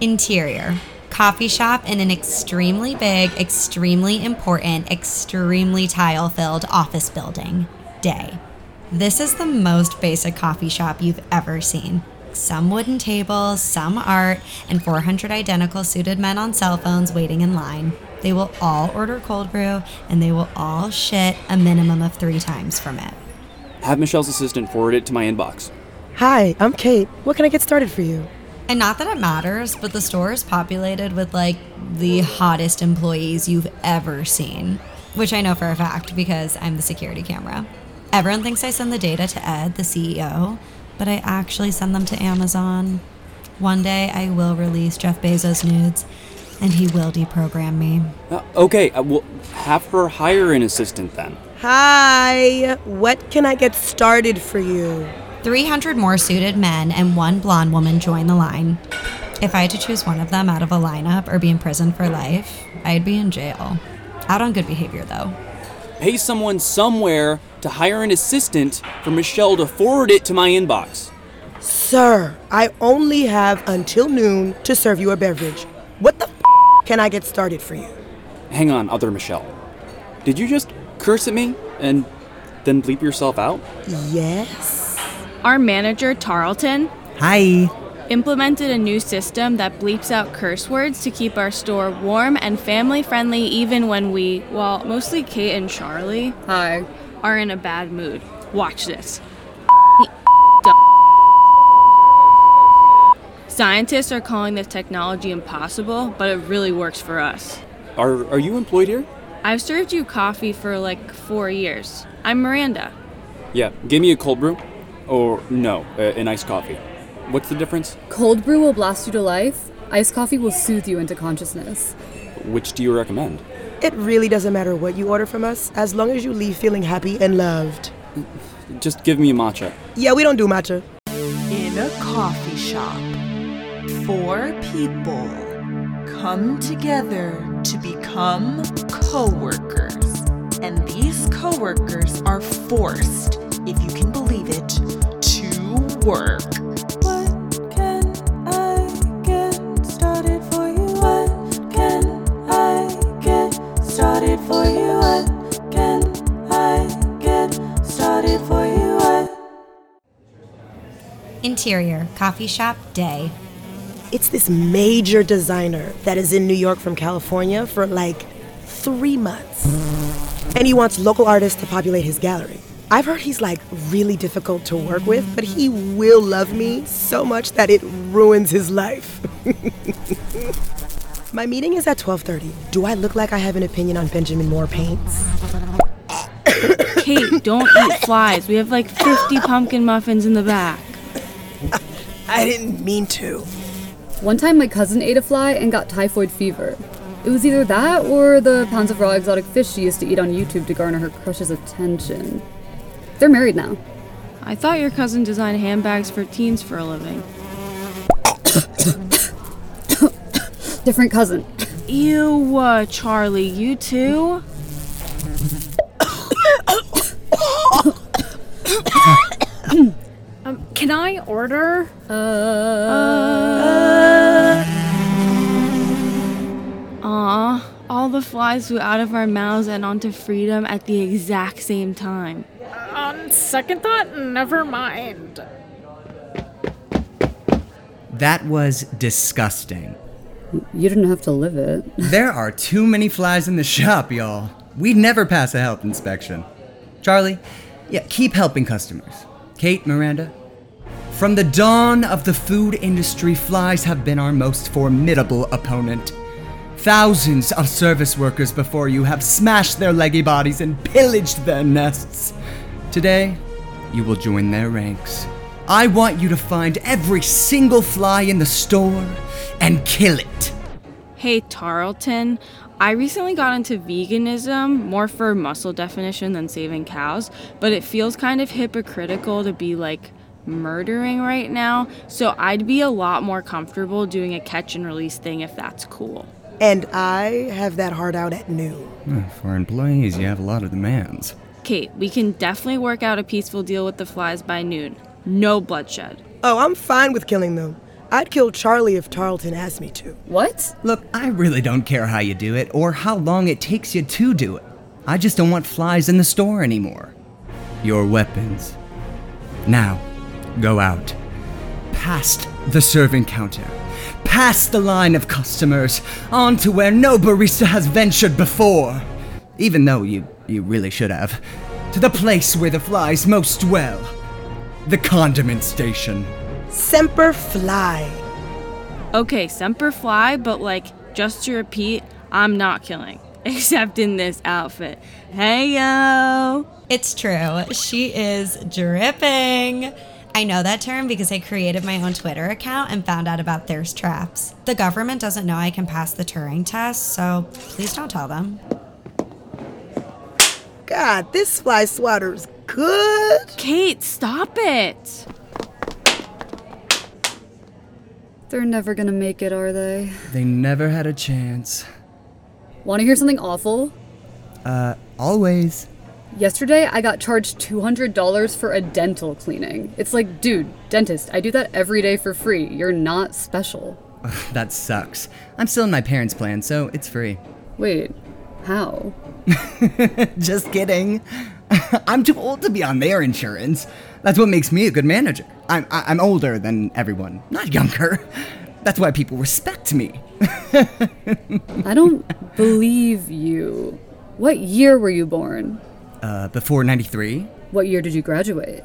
Interior coffee shop in an extremely big, extremely important, extremely tile filled office building. Day. This is the most basic coffee shop you've ever seen. Some wooden tables, some art, and 400 identical suited men on cell phones waiting in line. They will all order cold brew and they will all shit a minimum of three times from it. Have Michelle's assistant forward it to my inbox. Hi, I'm Kate. What can I get started for you? And not that it matters, but the store is populated with like the hottest employees you've ever seen, which I know for a fact because I'm the security camera. Everyone thinks I send the data to Ed, the CEO, but I actually send them to Amazon. One day I will release Jeff Bezos' nudes and he will deprogram me. Uh, okay, uh, well, have her hire an assistant then. Hi, what can I get started for you? 300 more suited men and one blonde woman join the line. If I had to choose one of them out of a lineup or be in prison for life, I'd be in jail. Out on good behavior, though. Pay someone somewhere to hire an assistant for Michelle to forward it to my inbox. Sir, I only have until noon to serve you a beverage. What the f- can I get started for you? Hang on, other Michelle. Did you just curse at me and then bleep yourself out? Yes. Our manager, Tarleton, Hi. implemented a new system that bleeps out curse words to keep our store warm and family friendly even when we, well, mostly Kate and Charlie, Hi. are in a bad mood. Watch this. Scientists are calling this technology impossible, but it really works for us. Are, are you employed here? I've served you coffee for like four years. I'm Miranda. Yeah, give me a cold brew. Or no, a, an iced coffee. What's the difference? Cold brew will blast you to life. Iced coffee will soothe you into consciousness. Which do you recommend? It really doesn't matter what you order from us as long as you leave feeling happy and loved. Just give me a matcha. Yeah, we don't do matcha. In a coffee shop, four people come together to become coworkers, and these coworkers are forced, if you can believe it, to work. What can I get started for you? What can I get started for you? What can I get started for you? What Interior coffee shop day. It's this major designer that is in New York from California for like three months. And he wants local artists to populate his gallery. I've heard he's like really difficult to work with, but he will love me so much that it ruins his life. My meeting is at 12:30. Do I look like I have an opinion on Benjamin Moore paints? Kate, don't eat flies. We have like 50 pumpkin muffins in the back. I didn't mean to. One time, my cousin ate a fly and got typhoid fever. It was either that or the pounds of raw exotic fish she used to eat on YouTube to garner her crush's attention. They're married now. I thought your cousin designed handbags for teens for a living. Different cousin. Ew, uh, Charlie, you too? Can I order? Uh. Aw, all the flies flew out of our mouths and onto freedom at the exact same time. On Um, second thought, never mind. That was disgusting. You didn't have to live it. There are too many flies in the shop, y'all. We'd never pass a health inspection. Charlie, yeah, keep helping customers. Kate, Miranda. From the dawn of the food industry, flies have been our most formidable opponent. Thousands of service workers before you have smashed their leggy bodies and pillaged their nests. Today, you will join their ranks. I want you to find every single fly in the store and kill it. Hey, Tarleton. I recently got into veganism, more for muscle definition than saving cows, but it feels kind of hypocritical to be like murdering right now, so I'd be a lot more comfortable doing a catch and release thing if that's cool. And I have that heart out at noon. For employees, you have a lot of demands. Kate, we can definitely work out a peaceful deal with the flies by noon. No bloodshed. Oh, I'm fine with killing them. I'd kill Charlie if Tarleton asked me to. What? Look, I really don't care how you do it or how long it takes you to do it. I just don't want flies in the store anymore. Your weapons. Now, go out. Past the serving counter. Past the line of customers. On to where no barista has ventured before. Even though you, you really should have. To the place where the flies most dwell. The condiment station. Semper Fly. Okay, Semper Fly, but like, just to repeat, I'm not killing. Except in this outfit. Hey yo! It's true. She is dripping. I know that term because I created my own Twitter account and found out about thirst traps. The government doesn't know I can pass the Turing test, so please don't tell them. God, this fly swatter's good. Kate, stop it! They're never gonna make it, are they? They never had a chance. Wanna hear something awful? Always. Yesterday, I got charged $200 for a dental cleaning. It's like, dude, dentist, I do that every day for free. You're not special. That sucks. I'm still in my parents' plan, so it's free. Wait, how? Just kidding. I'm too old to be on their insurance. That's what makes me a good manager. I'm I- I'm older than everyone, not younger. That's why people respect me. I don't believe you. What year were you born? Uh, before '93, What year did you graduate?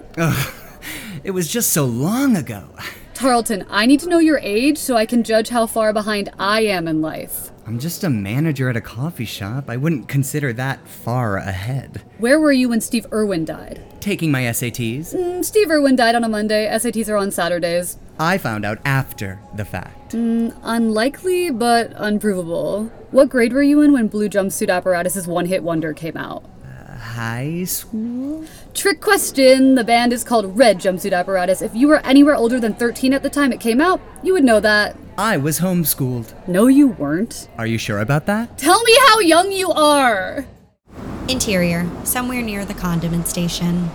it was just so long ago. Tarleton, I need to know your age so I can judge how far behind I am in life. I'm just a manager at a coffee shop. I wouldn't consider that far ahead. Where were you when Steve Irwin died? Taking my SATs, Mm, Steve Irwin died on a Monday. SATs are on Saturdays. I found out after the fact. Unlikely, but unprovable. What grade were you in when Blue Jumpsuit Apparatus's One Hit Wonder came out? High school? Trick question! The band is called Red Jumpsuit Apparatus. If you were anywhere older than 13 at the time it came out, you would know that. I was homeschooled. No, you weren't. Are you sure about that? Tell me how young you are! Interior, somewhere near the condiment station.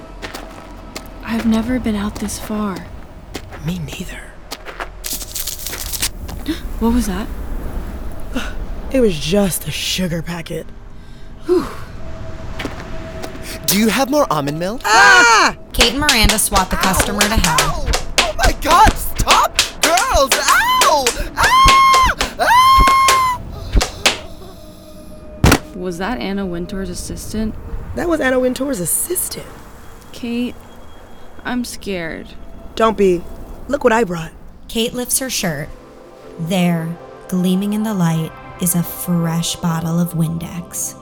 I've never been out this far. Me neither. What was that? It was just a sugar packet. Do you have more almond milk? Kate and Miranda swat the customer to hell. Ow! Oh my god, stop! Girls! Ow! Ah! Ah! Was that Anna Wintour's assistant? That was Anna Wintour's assistant. Kate, I'm scared. Don't be. Look what I brought. Kate lifts her shirt. There, gleaming in the light, is a fresh bottle of Windex.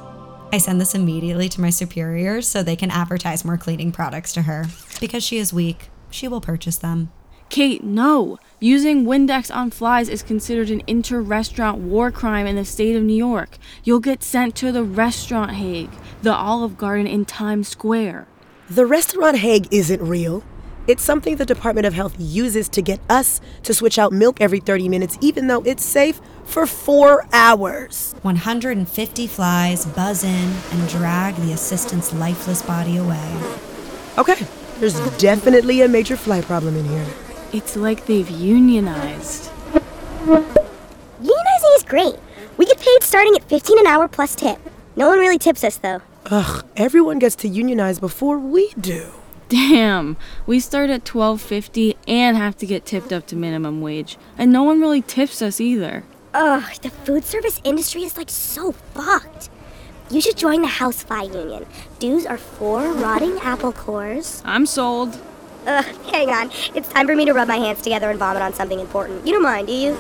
I send this immediately to my superiors so they can advertise more cleaning products to her. Because she is weak, she will purchase them. Kate, no! Using Windex on flies is considered an inter restaurant war crime in the state of New York. You'll get sent to the restaurant Hague, the Olive Garden in Times Square. The restaurant Hague isn't real. It's something the Department of Health uses to get us to switch out milk every 30 minutes, even though it's safe for four hours. 150 flies buzz in and drag the assistant's lifeless body away. Okay, there's definitely a major fly problem in here. It's like they've unionized. Unionizing is great. We get paid starting at 15 an hour plus tip. No one really tips us though. Ugh, everyone gets to unionize before we do. Damn, we start at 12.50 and have to get tipped up to minimum wage, and no one really tips us either. Ugh, the food service industry is like so fucked. You should join the housefly union. Dues are four rotting apple cores. I'm sold. Ugh, hang on. It's time for me to rub my hands together and vomit on something important. You don't mind, do you?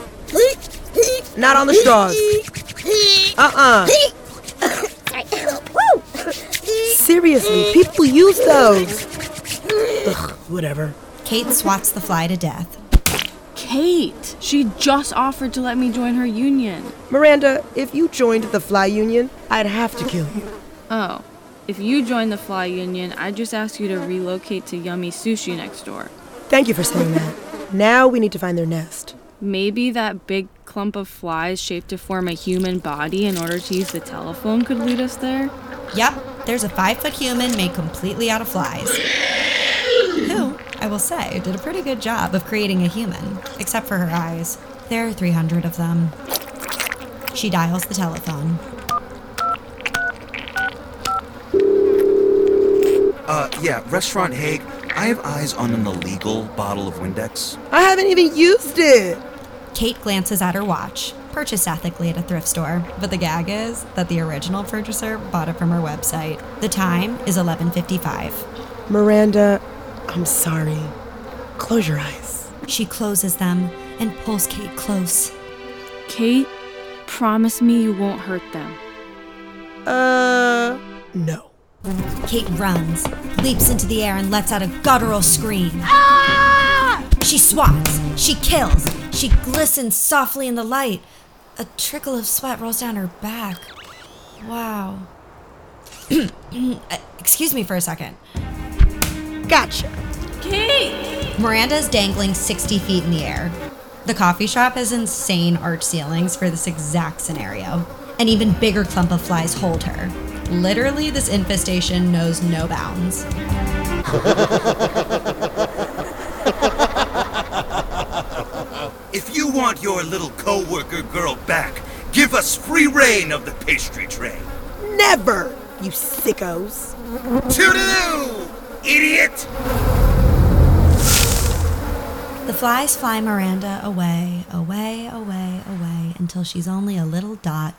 Not on the straws. Uh uh Sorry. Woo! Seriously, people use those. Ugh, whatever. Kate swats the fly to death. Kate, she just offered to let me join her union. Miranda, if you joined the fly union, I'd have to kill you. Oh, if you join the Fly Union, I just ask you to relocate to Yummy Sushi next door. Thank you for saying that. Now we need to find their nest. Maybe that big clump of flies shaped to form a human body in order to use the telephone could lead us there. Yep, there's a five foot human made completely out of flies. Who, I will say, did a pretty good job of creating a human, except for her eyes. There are 300 of them. She dials the telephone. Uh, yeah, Restaurant Hague. I have eyes on an illegal bottle of Windex. I haven't even used it. Kate glances at her watch, purchased ethically at a thrift store, but the gag is that the original purchaser bought it from her website. The time is 11:55. Miranda, I'm sorry. Close your eyes. She closes them and pulls Kate close. Kate, promise me you won't hurt them. Uh, no. Kate runs, leaps into the air, and lets out a guttural scream. She swats, she kills, she glistens softly in the light. A trickle of sweat rolls down her back. Wow. Uh, Excuse me for a second. Gotcha. Miranda is dangling 60 feet in the air. The coffee shop has insane arch ceilings for this exact scenario. An even bigger clump of flies hold her. Literally, this infestation knows no bounds. If you want your little coworker girl back, give us free reign of the pastry train. Never, you sickos. Toodaloo, idiot! The flies fly Miranda away, away, away, away until she's only a little dot.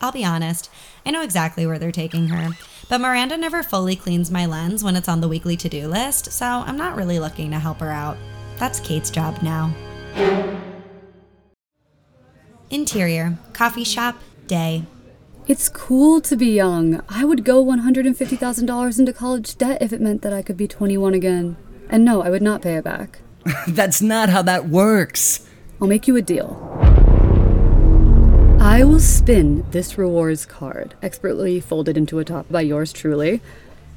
I'll be honest, I know exactly where they're taking her, but Miranda never fully cleans my lens when it's on the weekly to do list, so I'm not really looking to help her out. That's Kate's job now. Interior, coffee shop, day. It's cool to be young. I would go $150,000 into college debt if it meant that I could be 21 again. And no, I would not pay it back. That's not how that works. I'll make you a deal. I will spin this rewards card, expertly folded into a top by yours truly.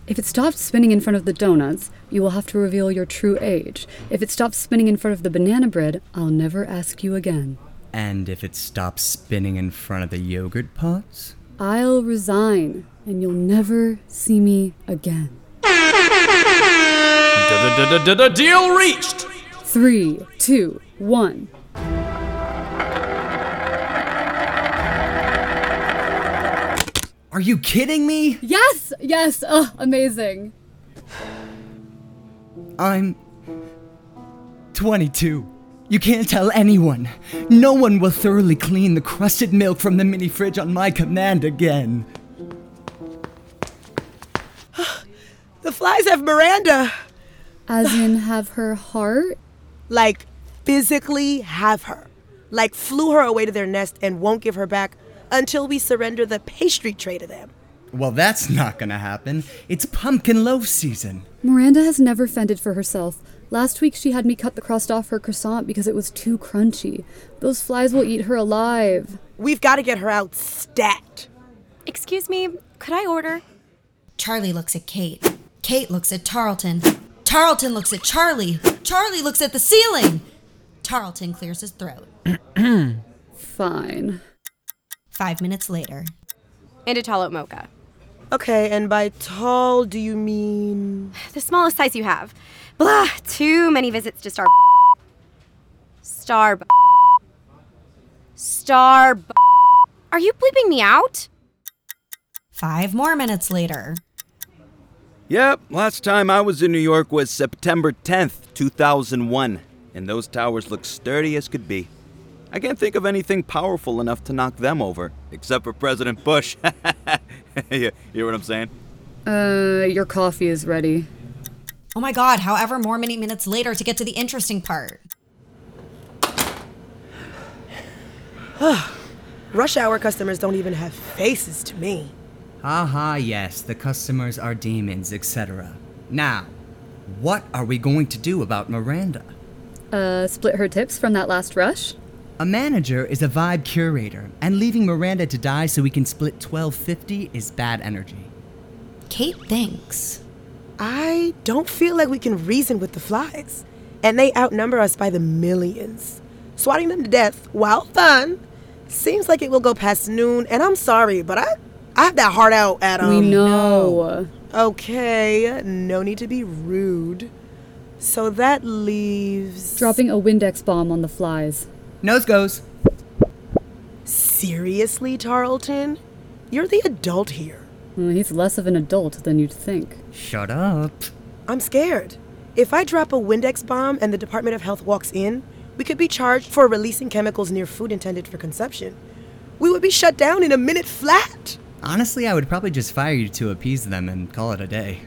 If it stops spinning in front of the donuts, you will have to reveal your true age. If it stops spinning in front of the banana bread, I'll never ask you again. And if it stops spinning in front of the yogurt pots? I'll resign, and you'll never see me again. Deal reached! Three, two, one. Are you kidding me? Yes! Yes! Ugh, amazing. I'm 22. You can't tell anyone. No one will thoroughly clean the crusted milk from the mini fridge on my command again. The flies have Miranda. As in, have her heart? Like, physically have her. Like, flew her away to their nest and won't give her back until we surrender the pastry tray to them. Well, that's not gonna happen. It's pumpkin loaf season. Miranda has never fended for herself. Last week she had me cut the crust off her croissant because it was too crunchy. Those flies will eat her alive. We've got to get her out stat. Excuse me, could I order? Charlie looks at Kate. Kate looks at Tarleton. Tarleton looks at Charlie. Charlie looks at the ceiling. Tarleton clears his throat. Fine. Five minutes later, And a tall oat mocha. Okay, and by tall, do you mean. The smallest size you have. Blah, too many visits to Star. Star. Star. Are you bleeping me out? five more minutes later, Yep, last time I was in New York was September 10th, 2001, and those towers look sturdy as could be. I can't think of anything powerful enough to knock them over, except for President Bush. you hear what I'm saying? Uh, your coffee is ready. oh my god, however more many minutes later to get to the interesting part. Rush hour customers don't even have faces to me. Aha, yes, the customers are demons, etc. Now, what are we going to do about Miranda? Uh, split her tips from that last rush? A manager is a vibe curator, and leaving Miranda to die so we can split 1250 is bad energy. Kate thinks. I don't feel like we can reason with the flies. And they outnumber us by the millions. Swatting them to death, while fun, seems like it will go past noon, and I'm sorry, but I, I have that heart out, um, Adam. we know. Okay, no need to be rude. So that leaves. Dropping a Windex bomb on the flies. Nose goes. Seriously, Tarleton? You're the adult here. he's less of an adult than you'd think. Shut up. I'm scared. If I drop a Windex bomb and the Department of Health walks in, we could be charged for releasing chemicals near food intended for consumption. We would be shut down in a minute flat. Honestly, I would probably just fire you to appease them and call it a day.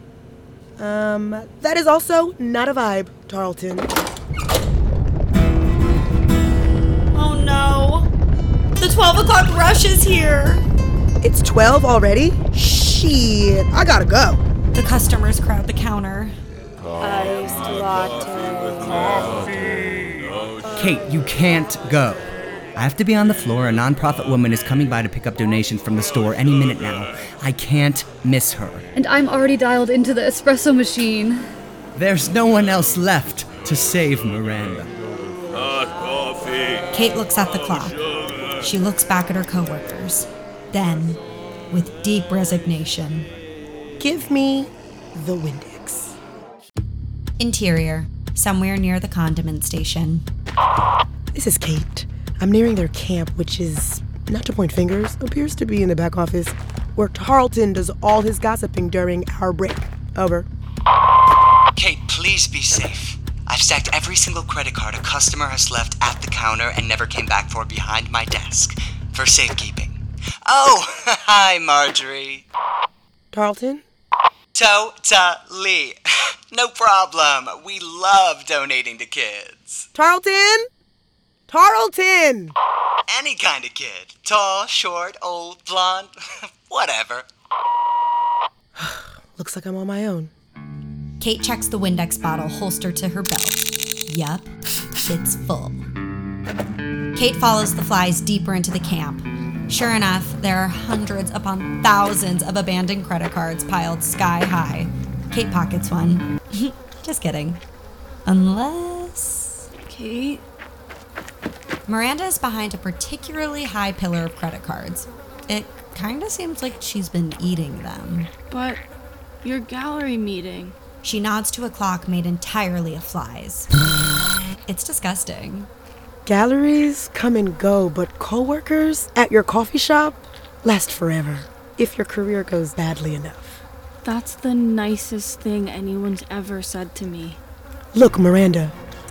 Um, that is also not a vibe, Tarleton. Oh no! The 12 o'clock rush is here! It's 12 already? Shit, I gotta go. The customers crowd the counter. Kate, you can't go. I have to be on the floor. A nonprofit woman is coming by to pick up donations from the store any minute now. I can't miss her. And I'm already dialed into the espresso machine. There's no one else left to save Miranda. Kate looks at the clock. She looks back at her coworkers. Then, with deep resignation, give me the Windex. Interior, somewhere near the condiment station. This is Kate. I'm nearing their camp, which is, not to point fingers, appears to be in the back office where Tarleton does all his gossiping during our break. Over. Kate, please be safe. I've stacked every single credit card a customer has left at the counter and never came back for behind my desk for safekeeping. Oh, hi, Marjorie. Tarleton? Totally. No problem. We love donating to kids. Tarleton? Tarleton! Any kind of kid. Tall, short, old, blonde, whatever. Looks like I'm on my own. Kate checks the Windex bottle holstered to her belt. Yup, it's full. Kate follows the flies deeper into the camp. Sure enough, there are hundreds upon thousands of abandoned credit cards piled sky high. Kate pockets one. Just kidding. Unless. Kate? Miranda is behind a particularly high pillar of credit cards. It kinda seems like she's been eating them. But your gallery meeting. She nods to a clock made entirely of flies. it's disgusting. Galleries come and go, but coworkers at your coffee shop last forever if your career goes badly enough. That's the nicest thing anyone's ever said to me. Look, Miranda,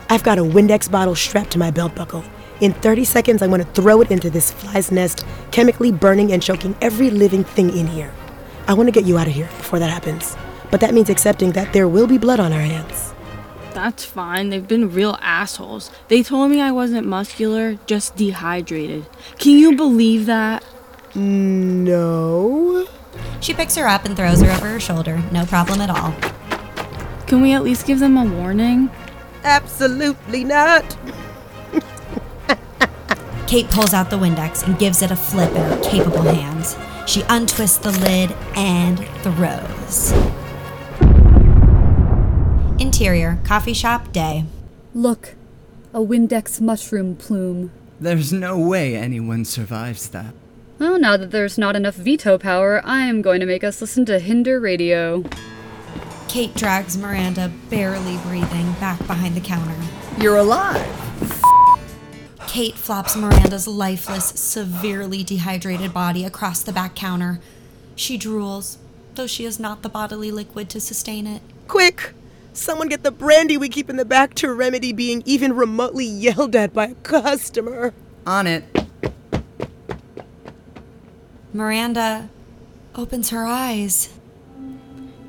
I've got a Windex bottle strapped to my belt buckle. In 30 seconds, I'm going to throw it into this fly's nest, chemically burning and choking every living thing in here. I want to get you out of here before that happens, but that means accepting that there will be blood on our hands. That's fine. They've been real assholes. They told me I wasn't muscular, just dehydrated. Can you believe that? No. She picks her up and throws her over her shoulder. No problem at all. Can we at least give them a warning? Absolutely not. Kate pulls out the Windex and gives it a flip in her capable hands. She untwists the lid and throws. Interior, coffee shop, day. Look, a Windex mushroom plume. There's no way anyone survives that. Well, now that there's not enough veto power, I am going to make us listen to Hinder Radio. Kate drags Miranda, barely breathing, back behind the counter. You're alive! Kate flops Miranda's lifeless, severely dehydrated body across the back counter. She drools, though she has not the bodily liquid to sustain it. Quick! Someone get the brandy we keep in the back to remedy being even remotely yelled at by a customer. On it. Miranda opens her eyes.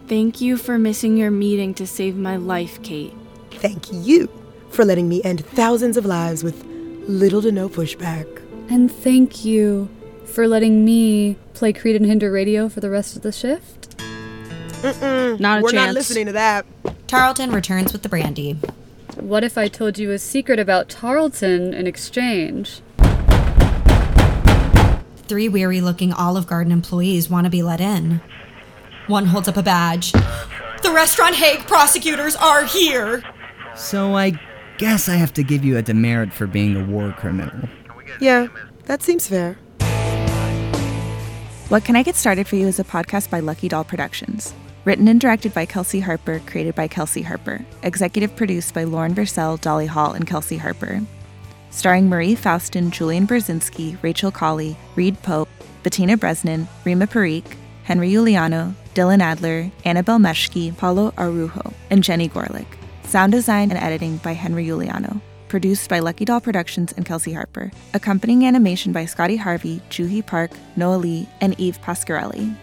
Thank you for missing your meeting to save my life, Kate. Thank you for letting me end thousands of lives with little to no pushback. And thank you for letting me play Creed and Hinder Radio for the rest of the shift. Mm-mm. Not a Mm, We're not chance. listening to that. Tarleton returns with the brandy. What if I told you a secret about Tarleton in exchange? Three weary looking Olive Garden employees want to be let in. One holds up a badge. The Restaurant Hague prosecutors are here! So I guess I have to give you a demerit for being a war criminal. Yeah, that seems fair. What Can I Get Started for You is a podcast by Lucky Doll Productions. Written and directed by Kelsey Harper, created by Kelsey Harper. Executive produced by Lauren Versell, Dolly Hall, and Kelsey Harper. Starring Marie Faustin, Julian Brzezinski, Rachel Colley, Reed Pope, Bettina Bresnan, Rima Parikh, Henry Juliano, Dylan Adler, Annabelle Meshki, Paulo Arujo, and Jenny Gorlick. Sound design and editing by Henry Juliano. Produced by Lucky Doll Productions and Kelsey Harper. Accompanying animation by Scotty Harvey, Juhi Park, Noah Lee, and Eve Pascarelli.